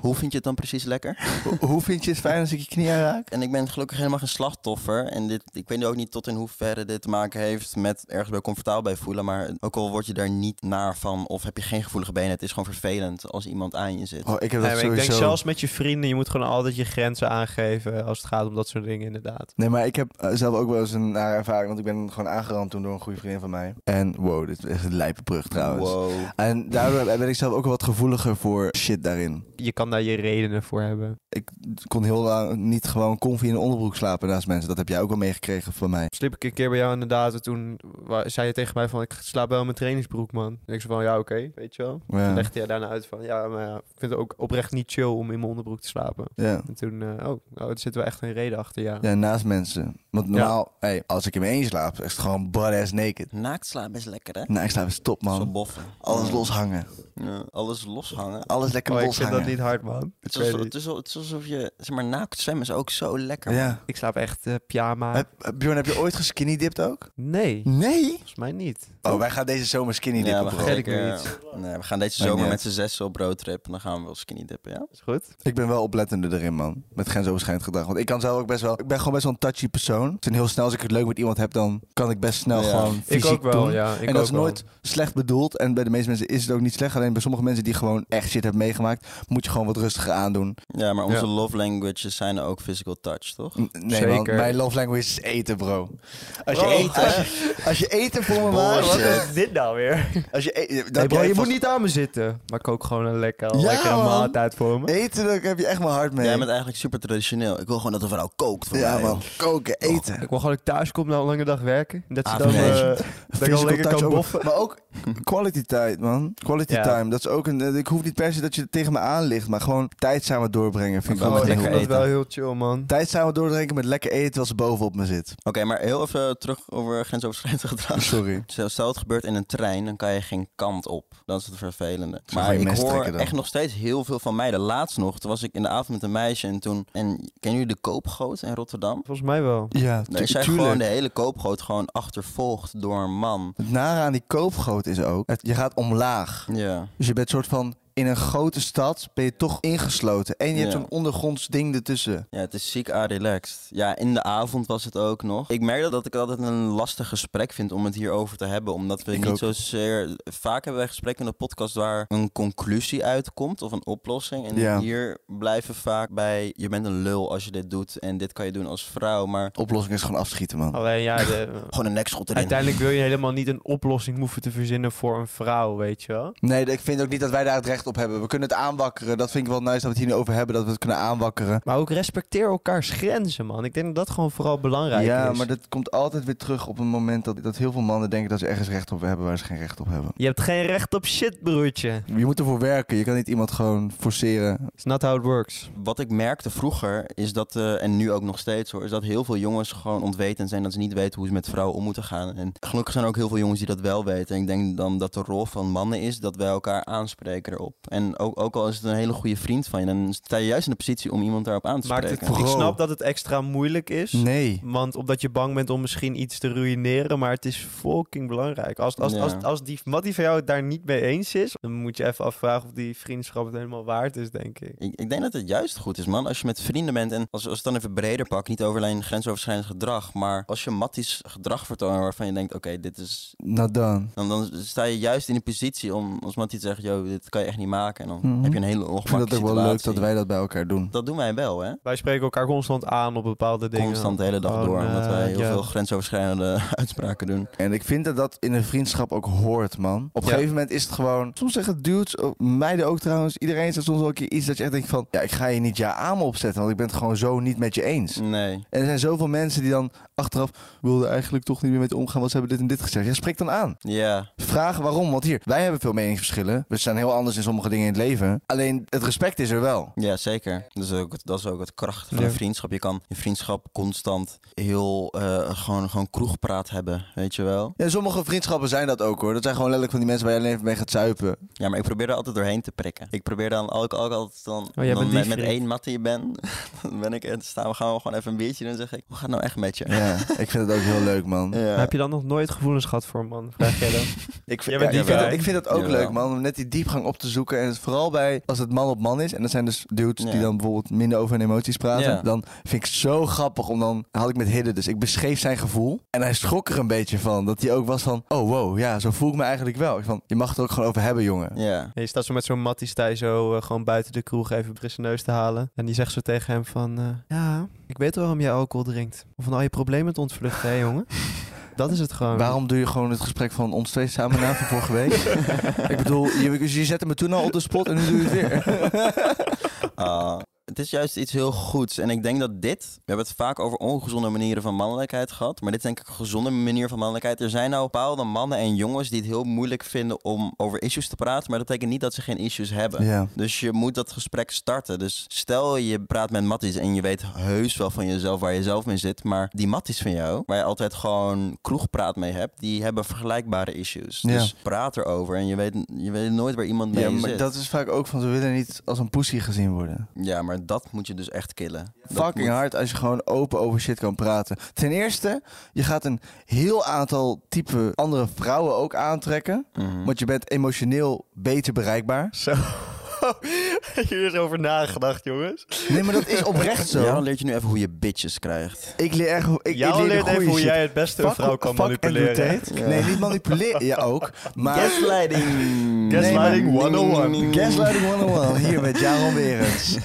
Speaker 3: Hoe vind je het dan precies lekker?
Speaker 1: Hoe- Hoe vind je het fijn als ik je knie aanraak?
Speaker 3: En ik ben gelukkig helemaal geen slachtoffer. En dit, ik weet ook niet tot in hoeverre dit te maken heeft met ergens bij comfortabel bij voelen. Maar ook al word je daar niet naar van of heb je geen gevoelige benen. Het is gewoon vervelend als iemand aan je zit.
Speaker 1: Oh, ik heb dat
Speaker 2: Nee, maar ik
Speaker 1: sowieso...
Speaker 2: denk zelfs met je vrienden, je moet gewoon altijd je grenzen aangeven als het gaat om dat soort dingen inderdaad.
Speaker 1: Nee, maar ik heb eh, zelf ook wel eens een nare ervaring. Want ik ben gewoon aangerand toen door een goede vriendin van mij. En wow, dit is echt een lijpe brug trouwens.
Speaker 3: Wow.
Speaker 1: En daardoor ben ik zelf ook wel wat gevoeliger voor shit daarin.
Speaker 2: Je kan daar je redenen voor hebben.
Speaker 1: Ik kon heel lang niet gewoon comfy in een onderbroek slapen naast mensen. Dat heb jij ook wel meegekregen van mij.
Speaker 2: Sliep ik een keer bij jou inderdaad en toen wa- zei je tegen mij van ik slaap wel in mijn trainingsbroek man. En ik zei van ja oké, weet je wel. Toen
Speaker 1: Ja.
Speaker 2: legde jij daarna uit van ja, maar ja, ik vind het ook oprecht niet chill om in mijn onderbroek te slapen.
Speaker 1: Ja.
Speaker 2: En toen, eh, oh, oh, er zit wel echt een reden achter ja. Oh,
Speaker 1: ja, naast mensen. Want normaal, hey, als ik in mijn eentje slaap, is het gewoon butt-ass naked.
Speaker 3: Naakt slapen is lekker, hè?
Speaker 1: Nee, ik slaap is top,
Speaker 3: Zo
Speaker 1: man.
Speaker 3: boffen.
Speaker 1: Alles
Speaker 3: Ja.
Speaker 1: loshangen.
Speaker 3: Ja, alles loshangen.
Speaker 1: Alles lekker
Speaker 2: Oh, ik vind
Speaker 1: loshangen.
Speaker 2: dat niet hard heerlijk, man. Ik,
Speaker 3: Het is,
Speaker 2: weet
Speaker 3: alsof,
Speaker 2: niet.
Speaker 3: het, is, al- het is alsof je... Zeg maar, naakt zwemmen is ook zo lekker. man.
Speaker 1: Ja.
Speaker 2: ik slaap echt eh, pyjama.
Speaker 1: Heb, eh, Bjorn, heb je ooit geskinny dipped ook?
Speaker 2: Nee,
Speaker 1: Nee.
Speaker 2: volgens mij niet.
Speaker 1: Oh, wij gaan deze zomer skinny
Speaker 3: Ja,
Speaker 1: dippen.
Speaker 3: we
Speaker 1: bro.
Speaker 3: gaan,
Speaker 2: Vergeet ik
Speaker 3: zeker-
Speaker 2: weer iets.
Speaker 3: nee, we gaan deze
Speaker 1: niet
Speaker 3: zomer
Speaker 1: uit.
Speaker 3: met z'n zessen op roadtrip. En dan gaan we wel skinny dippen, ja?
Speaker 2: Is goed.
Speaker 1: Ik ben wel oplettender erin, man. Met grensoverschrijdend gedrag. Want ik kan zelf ook best wel... Ik ben gewoon best wel een touchy persoon. Ik ben heel snel, als ik het leuk met iemand heb, dan kan ik best snel
Speaker 3: Ja.
Speaker 1: gewoon
Speaker 3: Ik
Speaker 1: fysiek
Speaker 4: ik ook wel,
Speaker 1: doen.
Speaker 4: ja. Ik
Speaker 1: en dat
Speaker 4: ook
Speaker 1: is nooit slecht bedoeld. En bij de meeste mensen is het ook niet slecht. Alleen bij sommige mensen die gewoon echt shit hebben meegemaakt, moet je gewoon wat rustiger aandoen.
Speaker 3: Ja, maar onze
Speaker 4: Ja.
Speaker 3: love languages zijn ook physical touch, toch?
Speaker 1: N- Nee, man.
Speaker 4: Zeker.
Speaker 1: Mijn love language is eten, bro. Als je,
Speaker 3: Bro,
Speaker 1: eten, als, je, als je eten voor me maakt...
Speaker 3: Bullshit.
Speaker 2: dit nou weer?
Speaker 1: Als je eten...
Speaker 2: Nee,
Speaker 1: dan
Speaker 2: bro,
Speaker 1: krijg je
Speaker 2: je moet
Speaker 1: vast-
Speaker 2: niet aan me zitten. Maar kook gewoon een lekker,
Speaker 1: Ja,
Speaker 2: lekkere
Speaker 1: man.
Speaker 2: maaltijd voor me.
Speaker 1: Eten, daar heb je echt mijn hart mee.
Speaker 3: Jij bent eigenlijk super traditioneel. Ik wil gewoon dat een vrouw kookt voor
Speaker 1: Ja,
Speaker 3: mij.
Speaker 1: man. Koken, eten.
Speaker 2: Ik wil gewoon dat ik thuis kom na een lange dag werken. Dat ze dan...
Speaker 3: Avond.
Speaker 2: eh,
Speaker 1: Ah, Nee.
Speaker 2: dat ik
Speaker 1: Physical
Speaker 2: dan lekker
Speaker 1: touch
Speaker 2: kan
Speaker 1: ook.
Speaker 2: boffen.
Speaker 1: Maar ook quality tijd, man. Quality
Speaker 2: Ja.
Speaker 1: time. Dat is ook een. Ik hoef niet per se dat je het tegen me aan ligt, maar gewoon tijd samen doorbrengen. Vind ik
Speaker 3: Maar
Speaker 1: wel
Speaker 3: wel
Speaker 2: Oh, ik
Speaker 1: heel
Speaker 2: vind
Speaker 3: lekker
Speaker 2: dat wel heel chill, man.
Speaker 1: Tijd samen doorbrengen met lekker eten als ze bovenop me zit.
Speaker 3: Oké, maar heel even terug over grensoverschrijdend gedrag.
Speaker 1: Sorry.
Speaker 3: Stel stel het gebeurt in een trein, dan kan je geen kant op. Dat is het vervelende.
Speaker 1: Zo ga
Speaker 3: Maar
Speaker 1: je
Speaker 3: ik
Speaker 1: mes
Speaker 3: hoor
Speaker 1: trekken dan.
Speaker 3: echt nog steeds heel veel van meiden. Laatst nog, toen was ik in de avond met een meisje en toen... En kennen jullie de koopgoot in Rotterdam?
Speaker 2: Volgens mij wel.
Speaker 1: Ja,
Speaker 3: Daar is zij gewoon de hele koopgoot gewoon achtervolgd door een man.
Speaker 1: Het nare aan die koopgoot is ook, het- je gaat omlaag.
Speaker 3: Ja.
Speaker 1: Dus je bent soort van, in een grote stad ben je toch ingesloten. En je hebt
Speaker 3: Ja.
Speaker 1: zo'n ondergronds ding ertussen.
Speaker 3: Ja, het is ziek ah, relaxed. Ja, in de avond was het ook nog. Ik merk dat ik altijd een lastig gesprek vind om het hierover te hebben. Omdat we
Speaker 1: Ik
Speaker 3: niet
Speaker 1: ook.
Speaker 3: zozeer... Vaak hebben wij gesprekken in de podcast waar een conclusie uitkomt of een oplossing. En
Speaker 1: Ja.
Speaker 3: hier blijven we vaak bij... Je bent een lul als je dit doet en dit kan je doen als vrouw. Maar
Speaker 1: Oplossing is gewoon afschieten, man.
Speaker 2: Alleen ja, de-
Speaker 3: gewoon een nekschot erin.
Speaker 2: uiteindelijk wil je helemaal niet een oplossing hoeven te verzinnen voor een vrouw, weet je wel.
Speaker 1: Nee, ik vind ook niet dat wij daar het recht op hebben. We kunnen het aanwakkeren. Dat vind ik wel nice dat we het hier nu over hebben, dat we het kunnen aanwakkeren.
Speaker 2: Maar ook respecteer elkaars grenzen, man. Ik denk dat dat gewoon vooral belangrijk is.
Speaker 1: ja, maar dat komt altijd weer terug op een moment dat, dat heel veel mannen denken dat ze ergens recht op hebben waar ze geen recht op hebben.
Speaker 2: Je hebt geen recht op shit, broertje.
Speaker 1: Je moet ervoor werken. Je kan niet iemand gewoon forceren.
Speaker 2: It's not how it works.
Speaker 3: Wat ik merkte vroeger is dat, eh, en nu ook nog steeds hoor, is dat heel veel jongens gewoon ontwetend zijn dat ze niet weten hoe ze met vrouwen om moeten gaan. En gelukkig zijn er ook heel veel jongens die dat wel weten. En ik denk dan dat de rol van mannen is dat wij elkaar aanspreken erop. En ook, ook al is het een hele goede vriend van je, dan sta je juist in de positie om iemand daarop aan te
Speaker 2: Maakt
Speaker 3: spreken.
Speaker 2: het, ik
Speaker 1: Bro.
Speaker 2: snap dat het extra moeilijk
Speaker 1: Mm.
Speaker 2: is.
Speaker 1: Nee.
Speaker 2: Want omdat je bang bent om misschien iets te ruïneren, maar het is fucking belangrijk. Als, als,
Speaker 3: Ja.
Speaker 2: als, als die Mattie van jou het daar niet mee eens is, dan moet je even afvragen of die vriendschap het helemaal waard is, denk ik.
Speaker 3: Ik, ik denk dat het juist goed is, man. Als je met vrienden bent en als, als het dan even breder pak, niet over alleen grensoverschrijdend gedrag, maar als je matties gedrag vertoont waarvan je denkt, oké, dit is...
Speaker 1: Not done.
Speaker 3: Dan, dan sta je juist in de positie om als Mattie te zeggen, joh, dit kan je echt niet maken. En dan
Speaker 1: Mhm.
Speaker 3: heb je een hele
Speaker 1: Ik vind
Speaker 3: ongemakkelijke
Speaker 1: dat ook
Speaker 3: situatie.
Speaker 1: wel leuk dat wij dat bij elkaar doen.
Speaker 3: Dat doen wij wel, hè?
Speaker 2: Wij spreken elkaar constant aan op bepaalde dingen.
Speaker 3: Constant de hele dag
Speaker 2: Gewoon,
Speaker 3: door,
Speaker 1: Oh,
Speaker 3: omdat
Speaker 2: eh,
Speaker 3: wij heel
Speaker 2: ja.
Speaker 3: veel grensoverschrijdende uitspraken doen.
Speaker 1: En ik vind dat dat in een vriendschap ook hoort, man. Op een
Speaker 2: Ja.
Speaker 1: gegeven moment is het gewoon... Soms zeggen dudes, oh, meiden ook trouwens... Iedereen zegt soms wel een keer iets dat je echt denkt van... Ja, ik ga je niet ja aan me opzetten, want ik ben het gewoon zo niet met je eens.
Speaker 3: Nee.
Speaker 1: En er zijn zoveel mensen die dan achteraf... wilden eigenlijk toch niet meer met omgaan, want ze hebben dit en dit gezegd. Ja, spreek dan aan.
Speaker 3: Ja.
Speaker 1: Vraag waarom, want hier, wij hebben veel meningsverschillen. We zijn heel anders in sommige dingen in het leven. Alleen het respect is er wel.
Speaker 3: Ja, zeker. Dat is ook, dat is ook het kracht van
Speaker 2: Ja.
Speaker 3: een vriendschap. Je kan in vriendschap constant heel eh, gewoon, gewoon kroegpraat hebben, weet je wel.
Speaker 1: Ja, sommige vriendschappen zijn dat ook hoor. Dat zijn gewoon letterlijk van die mensen waar je alleen even mee gaat zuipen.
Speaker 3: Ja, maar ik probeer er altijd doorheen te prikken. Ik probeer dan ook, ook altijd
Speaker 1: Oh,
Speaker 3: dan,
Speaker 2: jij bent
Speaker 3: dan
Speaker 2: die
Speaker 3: met, met
Speaker 2: vriend.
Speaker 3: één mattie ben, dan ben ik en staan we gaan we gewoon even een biertje doen en zeg ik, hoe gaat het nou echt met je?
Speaker 1: Ja, ik vind het ook heel leuk man.
Speaker 3: Ja.
Speaker 2: Maar heb je dan nog nooit gevoelens gehad voor een man? Vraag jij dan?
Speaker 1: Ik vind,
Speaker 2: Jij bent
Speaker 1: ja,
Speaker 2: die
Speaker 1: ik vind
Speaker 2: guy.
Speaker 1: dat, ik vind dat ook
Speaker 3: Jawel.
Speaker 1: leuk man, om net die diepgang op te zoeken. En het vooral bij, als het man op man is, en dat zijn dus dudes
Speaker 3: Ja.
Speaker 1: die dan bijvoorbeeld minder over hun emoties praten.
Speaker 3: Ja.
Speaker 1: Dan vind ik het zo grappig, om dan had ik met Hidde dus, ik beschreef zijn gevoel. En hij schrok er een beetje van, dat hij ook was van, oh wow, ja, zo voel ik me eigenlijk wel. Ik van, je mag het er ook gewoon over hebben jongen.
Speaker 3: ja.
Speaker 2: Ja, je staat zo met zo'n mattie stij zo eh, gewoon buiten de kroeg even frisse neus te halen. En die zegt zo tegen hem van... eh, ja, ik weet waarom jij alcohol drinkt. Om van al je problemen te ontvluchten, hè jongen? Dat is het gewoon.
Speaker 1: Waarom doe je gewoon het gesprek van ons twee samen na van vorige week? ik bedoel, je, je zette me toen al op de spot en nu doe je het weer.
Speaker 3: Ah, Het is juist iets heel goeds. En ik denk dat dit... We hebben het vaak over ongezonde manieren van mannelijkheid gehad. Maar dit is denk ik een gezonde manier van mannelijkheid. Er zijn nou bepaalde mannen en jongens die het heel moeilijk vinden om over issues te praten. Maar dat betekent niet dat ze geen issues hebben.
Speaker 1: Ja.
Speaker 3: Dus je moet dat gesprek starten. Dus stel je praat met Matties en je weet heus wel van jezelf waar je zelf mee zit. Maar die Matties van jou, waar je altijd gewoon kroegpraat mee hebt, die hebben vergelijkbare issues.
Speaker 1: Ja.
Speaker 3: Dus praat erover en je weet, je weet nooit waar iemand mee
Speaker 1: Ja, maar
Speaker 3: zit.
Speaker 1: dat is vaak ook van ze willen niet als een pussy gezien worden.
Speaker 3: Ja, maar dat moet je dus echt killen. Dat
Speaker 1: Fucking
Speaker 3: moet-
Speaker 1: hard als je gewoon open over shit kan praten. Ten eerste, je gaat een heel aantal type andere vrouwen ook aantrekken.
Speaker 2: Hm.
Speaker 3: Mhm.
Speaker 1: Want je bent emotioneel beter bereikbaar.
Speaker 2: Zo. Hier is over nagedacht, jongens.
Speaker 1: Nee, maar dat is oprecht zo.
Speaker 3: Jaron leert je nu even hoe je bitches krijgt.
Speaker 1: Ik leer echt... Ik, ik
Speaker 2: Jou
Speaker 1: leer de
Speaker 2: leert
Speaker 1: goeie
Speaker 2: even hoe
Speaker 1: shit.
Speaker 2: jij het beste een
Speaker 1: Fuck-
Speaker 2: vrouw kan
Speaker 1: fuck Andrew
Speaker 2: manipuleren.
Speaker 1: Tate.
Speaker 3: Ja.
Speaker 1: Nee, niet manipuleren. Ja, ook. Maar...
Speaker 3: Gaslighting.
Speaker 2: Gaslighting
Speaker 3: Nee, maar-
Speaker 2: 101.
Speaker 1: Gaslighting 101, hier met Jaron Berends.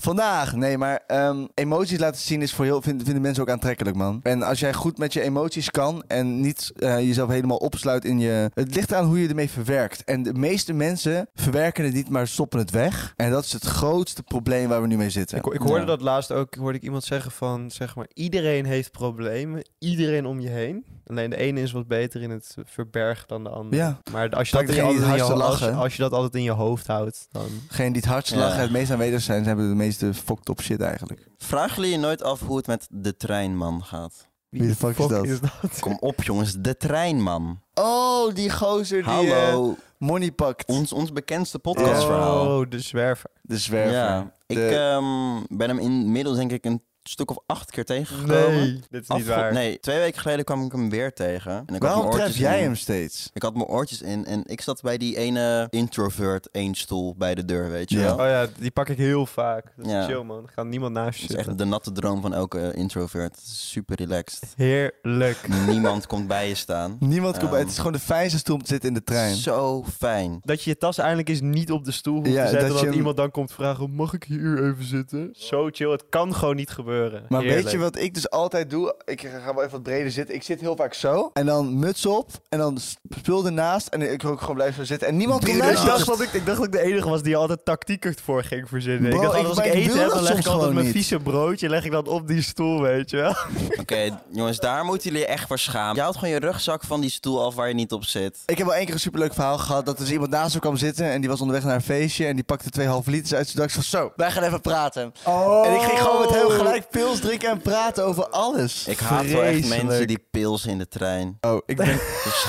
Speaker 1: Vandaag, nee, maar ehm, emoties laten zien is voor heel, vind- vinden mensen ook aantrekkelijk, man. En als jij goed met je emoties kan en niet eh, jezelf helemaal opsluit in je... Het ligt aan hoe je ermee verwerkt. En de meeste mensen verwerken het niet, maar stoppen het weg. En dat is het grootste probleem waar we nu mee zitten.
Speaker 2: Ik, ik hoorde
Speaker 3: Ja.
Speaker 2: dat laatst ook, hoorde ik iemand zeggen van, zeg maar, iedereen heeft problemen, iedereen om je heen. Alleen de ene is wat beter in het verbergen dan de ander.
Speaker 1: Ja,
Speaker 2: Maar als je,
Speaker 1: Dat
Speaker 2: dat in je,
Speaker 1: degene die
Speaker 2: altijd in
Speaker 1: het
Speaker 2: je,
Speaker 1: hardste
Speaker 2: als,
Speaker 1: lachen.
Speaker 2: als je dat altijd in je hoofd houdt, dan...
Speaker 1: geen die het hardst lachen
Speaker 3: Ja.
Speaker 1: en het meest aanwezig zijn, ze hebben de meeste fucked up shit eigenlijk.
Speaker 3: Vragen jullie je nooit af hoe het met de treinman gaat?
Speaker 1: Wie de fuck is dat?
Speaker 3: Kom op jongens, de treinman.
Speaker 1: Oh, die gozer die
Speaker 3: Hallo,
Speaker 1: money pakt.
Speaker 3: ons, ons bekendste podcastverhaal.
Speaker 2: Oh, de zwerver.
Speaker 1: De zwerver.
Speaker 3: Ja, ik
Speaker 1: De-
Speaker 3: ehm, ben hem inmiddels denk ik een stuk of acht keer tegengekomen.
Speaker 2: Nee, dit is niet
Speaker 3: Afge-
Speaker 2: waar.
Speaker 3: Nee, twee weken geleden kwam ik hem weer tegen. En ik had
Speaker 1: Waarom
Speaker 3: mijn
Speaker 1: tref
Speaker 3: oortjes
Speaker 1: jij
Speaker 3: in.
Speaker 1: hem steeds?
Speaker 3: Ik had mijn oortjes in en ik zat bij die ene introvert één stoel bij de deur, weet je
Speaker 1: Ja.
Speaker 3: wel.
Speaker 2: Oh ja, die pak ik heel vaak. Dat is
Speaker 3: Ja.
Speaker 2: chill, man. Gaat niemand naast je
Speaker 3: Dat is echt
Speaker 2: zitten.
Speaker 3: de natte droom van elke eh, introvert. Super relaxed.
Speaker 2: Heerlijk.
Speaker 3: Niemand komt bij je staan.
Speaker 1: Niemand komt
Speaker 3: Ehm,
Speaker 1: bij. Het is gewoon de fijnste stoel om te zitten in de trein.
Speaker 3: Zo fijn.
Speaker 2: Dat je je tas eindelijk eens niet op de stoel hoeft
Speaker 1: Ja,
Speaker 2: te zetten.
Speaker 1: dat
Speaker 2: Dat,
Speaker 1: je hem-
Speaker 2: iemand dan komt vragen, mag ik hier even zitten? Zo chill, het kan gewoon niet gebeuren.
Speaker 1: Maar
Speaker 2: Heerlijk.
Speaker 1: weet je wat ik dus altijd doe? Ik ga wel even wat breder zitten. Ik zit heel vaak zo. En dan muts op. En dan spul ernaast. En ik ook gewoon blijven zo zitten. En niemand komt
Speaker 3: Bier
Speaker 1: naast
Speaker 2: Ik
Speaker 1: je.
Speaker 2: dacht, dat ik, ik dacht dat ik de enige was die altijd tactieken voor ging verzinnen.
Speaker 1: Bro,
Speaker 2: ik dacht,
Speaker 1: ik-
Speaker 2: altijd als
Speaker 1: maar
Speaker 2: ik
Speaker 1: ik wil
Speaker 2: eten heb,
Speaker 1: dat
Speaker 2: dan leg
Speaker 1: soms
Speaker 2: ik altijd
Speaker 1: gewoon
Speaker 2: mijn
Speaker 1: niet.
Speaker 2: vieze broodje leg ik dan op die stoel, weet je wel.
Speaker 3: Oké, jongens, daar moeten jullie echt voor schamen. Je houdt gewoon je rugzak van die stoel af waar je niet op zit.
Speaker 1: Ik heb wel één keer een superleuk verhaal gehad. Dat er dus iemand naast me kwam zitten. En die was onderweg naar een feestje. En die pakte twee halve liters uit. Toen dacht ik van zo, wij gaan even praten.
Speaker 2: Oh.
Speaker 1: En ik ging gewoon met hem gelijk pils drinken en praten over alles.
Speaker 3: Ik haat wel echt
Speaker 1: Vreselijk.
Speaker 3: mensen die pils in de trein.
Speaker 1: Oh, ik ben,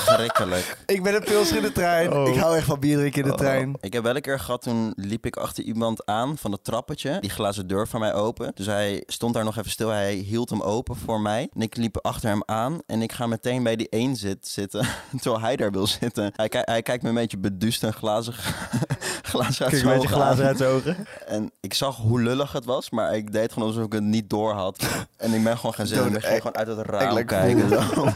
Speaker 3: Verschrikkelijk.
Speaker 1: ik ben een pils in de trein.
Speaker 2: Oh.
Speaker 1: Ik hou echt van bier drinken in de trein.
Speaker 3: Oh, Ik heb wel een keer gehad, toen liep ik achter iemand aan van het trappetje. Die glazen deur van mij open. Dus hij stond daar nog even stil. Hij hield hem open voor mij. En ik liep achter hem aan. En ik ga meteen bij die één zit zitten. terwijl hij daar wil zitten. Hij, ki- hij kijkt me een beetje beduust en glazig. glazig uit
Speaker 2: Kijk,
Speaker 3: zijn
Speaker 2: met je
Speaker 3: ogen
Speaker 2: glazen
Speaker 3: aan.
Speaker 2: uit de ogen.
Speaker 3: En ik zag hoe lullig het was. Maar ik deed gewoon alsof ik het niet door had. en ik ben gewoon gaan zitten. en
Speaker 1: Dude,
Speaker 3: ik ging
Speaker 1: ik-
Speaker 3: gewoon uit het
Speaker 1: ik
Speaker 3: raam
Speaker 1: lijk
Speaker 3: kijken. zo.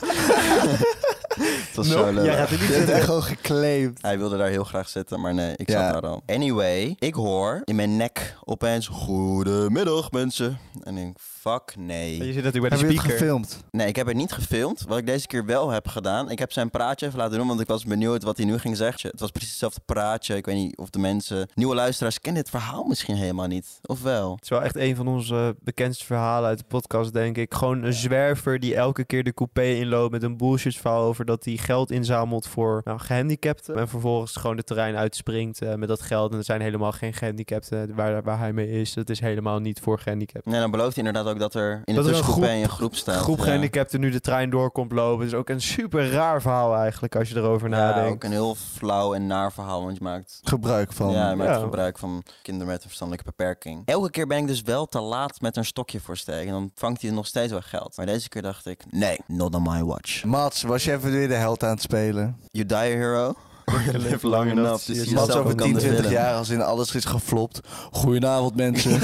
Speaker 3: het was zo
Speaker 2: Nope,
Speaker 3: lullig.
Speaker 2: jij gaat er niet
Speaker 1: Je hebt echt
Speaker 2: zitten.
Speaker 1: gewoon geclaimd.
Speaker 3: Hij wilde daar heel graag zitten, maar nee, ik
Speaker 1: Ja.
Speaker 3: zat daar al. Anyway, ik hoor in mijn nek opeens... Goedemiddag, mensen. En ik denk, fuck nee.
Speaker 2: Je zit
Speaker 1: Heb
Speaker 2: natuurlijk
Speaker 1: je
Speaker 2: bij de
Speaker 1: het
Speaker 2: speaker.
Speaker 1: gefilmd?
Speaker 3: Nee, ik heb het niet gefilmd. Wat ik deze keer wel heb gedaan... Ik heb zijn praatje even laten doen, want ik was benieuwd wat hij nu ging zeggen. Het was precies hetzelfde praatje. Ik weet niet of de mensen... Nieuwe luisteraars kennen dit verhaal misschien helemaal niet. Of wel?
Speaker 2: Het is wel echt een van onze bekendste verhalen uit de podcast, denk ik. Gewoon een zwerver die elke keer de coupé inloopt met een bullshit verhaal over dat hij geld inzamelt voor nou, gehandicapten. En vervolgens gewoon de terrein uitspringt eh, met dat geld. En er zijn helemaal geen gehandicapten waar, waar hij mee is. Het is helemaal niet voor gehandicapten.
Speaker 3: Nee, dan belooft hij inderdaad ook dat er in de
Speaker 2: Dat er een
Speaker 3: tussengroep
Speaker 2: groep-
Speaker 3: een groep staat.
Speaker 2: groep
Speaker 3: ja.
Speaker 2: gehandicapten nu de trein door komt lopen. Het is ook een super raar verhaal eigenlijk als je erover
Speaker 3: Ja,
Speaker 2: nadenkt.
Speaker 3: ook een heel flauw en naar verhaal, want je maakt
Speaker 1: Gebruik van.
Speaker 3: ja, je maakt
Speaker 2: Ja.
Speaker 3: gebruik van kinderen met een verstandelijke beperking. Elke keer ben ik dus wel te laat met een stokje voor steken. En dan vangt hij nog steeds wel geld. Maar deze keer dacht ik, nee, not on my watch.
Speaker 1: Mats, was je even weer de held aan het spelen?
Speaker 3: You die a hero. or You live long enough.
Speaker 2: Mats
Speaker 3: Dus
Speaker 1: Mats
Speaker 3: jezelf
Speaker 1: over
Speaker 3: ook aan
Speaker 1: 10,
Speaker 3: de
Speaker 1: 20
Speaker 3: film.
Speaker 1: jaar als in alles is geflopt. Goedenavond mensen. ik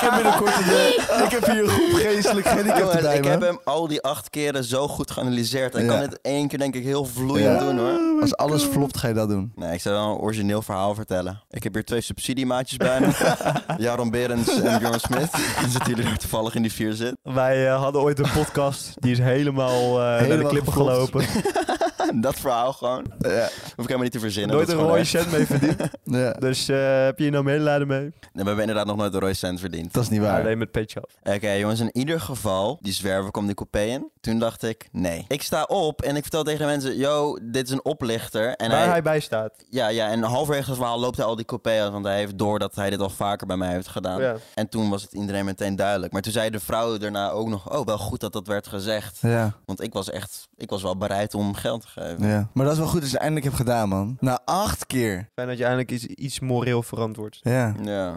Speaker 1: heb binnenkort een, eh, ik heb hier een groep geestelijk
Speaker 3: Jongens,
Speaker 1: gehandicapten bij
Speaker 3: ik heb
Speaker 1: me.
Speaker 3: hem al die acht keren zo goed geanalyseerd. En
Speaker 1: Ja.
Speaker 3: kan het één keer denk ik heel vloeiend
Speaker 1: Ja.
Speaker 3: doen hoor.
Speaker 1: Als alles flopt ga je dat doen.
Speaker 3: Nee, ik zou wel een origineel verhaal vertellen. Ik heb hier twee subsidiemaatjes bij me. Jaron Berends en Jorn Smit. Die zitten jullie daar toevallig in die vier zit.
Speaker 2: Wij eh, hadden ooit een podcast, die is helemaal, eh naar de
Speaker 1: Helemaal
Speaker 2: klippen
Speaker 1: geflopt.
Speaker 2: gelopen.
Speaker 3: dat verhaal gewoon. Hoef
Speaker 1: Ja.
Speaker 3: ik helemaal niet te verzinnen.
Speaker 2: Nooit
Speaker 3: dat
Speaker 2: een
Speaker 3: is gewoon
Speaker 2: rode
Speaker 3: echt.
Speaker 2: cent mee verdiend.
Speaker 1: Ja,
Speaker 2: Dus eh, heb je hier nou medelijden mee?
Speaker 3: Nee, we hebben inderdaad nog nooit een rode cent verdiend.
Speaker 1: dat is niet waar.
Speaker 2: Alleen met petje af.
Speaker 3: Oké, jongens, in ieder geval, die zwerver kwam die coupé in. Toen dacht ik, nee. Ik sta op en ik vertel tegen mensen, yo, dit is een oplichter. En
Speaker 2: Waar
Speaker 3: hij,
Speaker 2: hij bij staat.
Speaker 3: Ja, ja, en halverwege het verhaal loopt hij al die coupé uit, want hij heeft door dat hij dit al vaker bij mij heeft gedaan.
Speaker 2: Ja.
Speaker 3: En toen was het iedereen meteen duidelijk. Maar toen zei de vrouw daarna ook nog, oh, wel goed dat dat werd gezegd.
Speaker 1: Ja,
Speaker 3: Want ik was echt, ik was wel bereid om geld te geven.
Speaker 1: ja. Maar dat is wel goed dat je het eindelijk hebt gedaan, man. Na acht keer.
Speaker 2: Fijn dat je eindelijk iets, iets moreel verantwoord.
Speaker 1: Ja,
Speaker 3: Ja,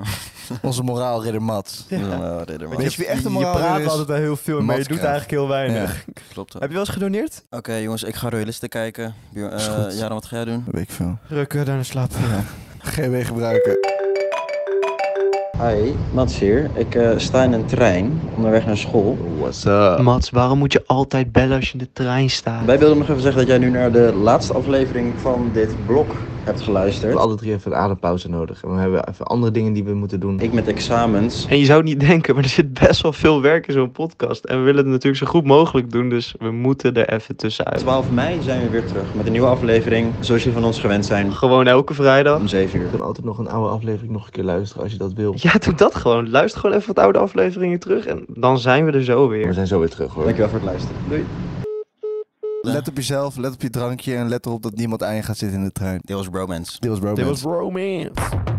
Speaker 1: onze moraalridder Mats.
Speaker 3: ja. ridder, man.
Speaker 1: Weet je wie echt een
Speaker 2: je
Speaker 1: moraalridder
Speaker 2: praat
Speaker 1: is?
Speaker 2: altijd wel heel veel, maar je doet
Speaker 1: Masker.
Speaker 2: eigenlijk heel weinig.
Speaker 3: klopt dat.
Speaker 2: Heb je wel eens gedoneerd?
Speaker 3: Oké, jongens, ik ga royalisten kijken. Bjor- eh,
Speaker 1: Is goed.
Speaker 3: Jaron, wat ga jij doen?
Speaker 1: Dat weet ik veel.
Speaker 2: Rukken, daarna slapen.
Speaker 1: GB gebruiken.
Speaker 3: Hi, Mats hier. Ik eh, sta in een trein onderweg naar school.
Speaker 2: Mats, waarom moet je altijd bellen als je in de trein staat?
Speaker 3: Wij wilden nog even zeggen dat jij nu naar de laatste aflevering van dit blok hebt
Speaker 5: We
Speaker 3: geluisterd.
Speaker 5: hebben alle drie even een adempauze nodig. En we hebben even andere dingen die we moeten doen.
Speaker 3: Ik met examens.
Speaker 2: En je zou het niet denken, maar er zit best wel veel werk in zo'n podcast. En we willen het natuurlijk zo goed mogelijk doen, dus we moeten er even tussenuit.
Speaker 3: 12 mei zijn we weer terug met een nieuwe aflevering, zoals jullie van ons gewend zijn,
Speaker 2: Gewoon elke vrijdag.
Speaker 3: om 7 uur.
Speaker 5: Je kan altijd nog een oude aflevering nog een keer luisteren als je dat wil.
Speaker 2: Ja, doe dat gewoon. Luister gewoon even wat oude afleveringen terug en dan zijn we er zo
Speaker 5: We
Speaker 2: weer.
Speaker 5: zijn zo weer terug hoor.
Speaker 3: Dankjewel voor het luisteren. Doei.
Speaker 1: Let op jezelf, let op je drankje en let erop dat niemand aan je gaat zitten in de trein.
Speaker 3: Dit was Bromance.
Speaker 1: Dit was Bromance.
Speaker 2: romance.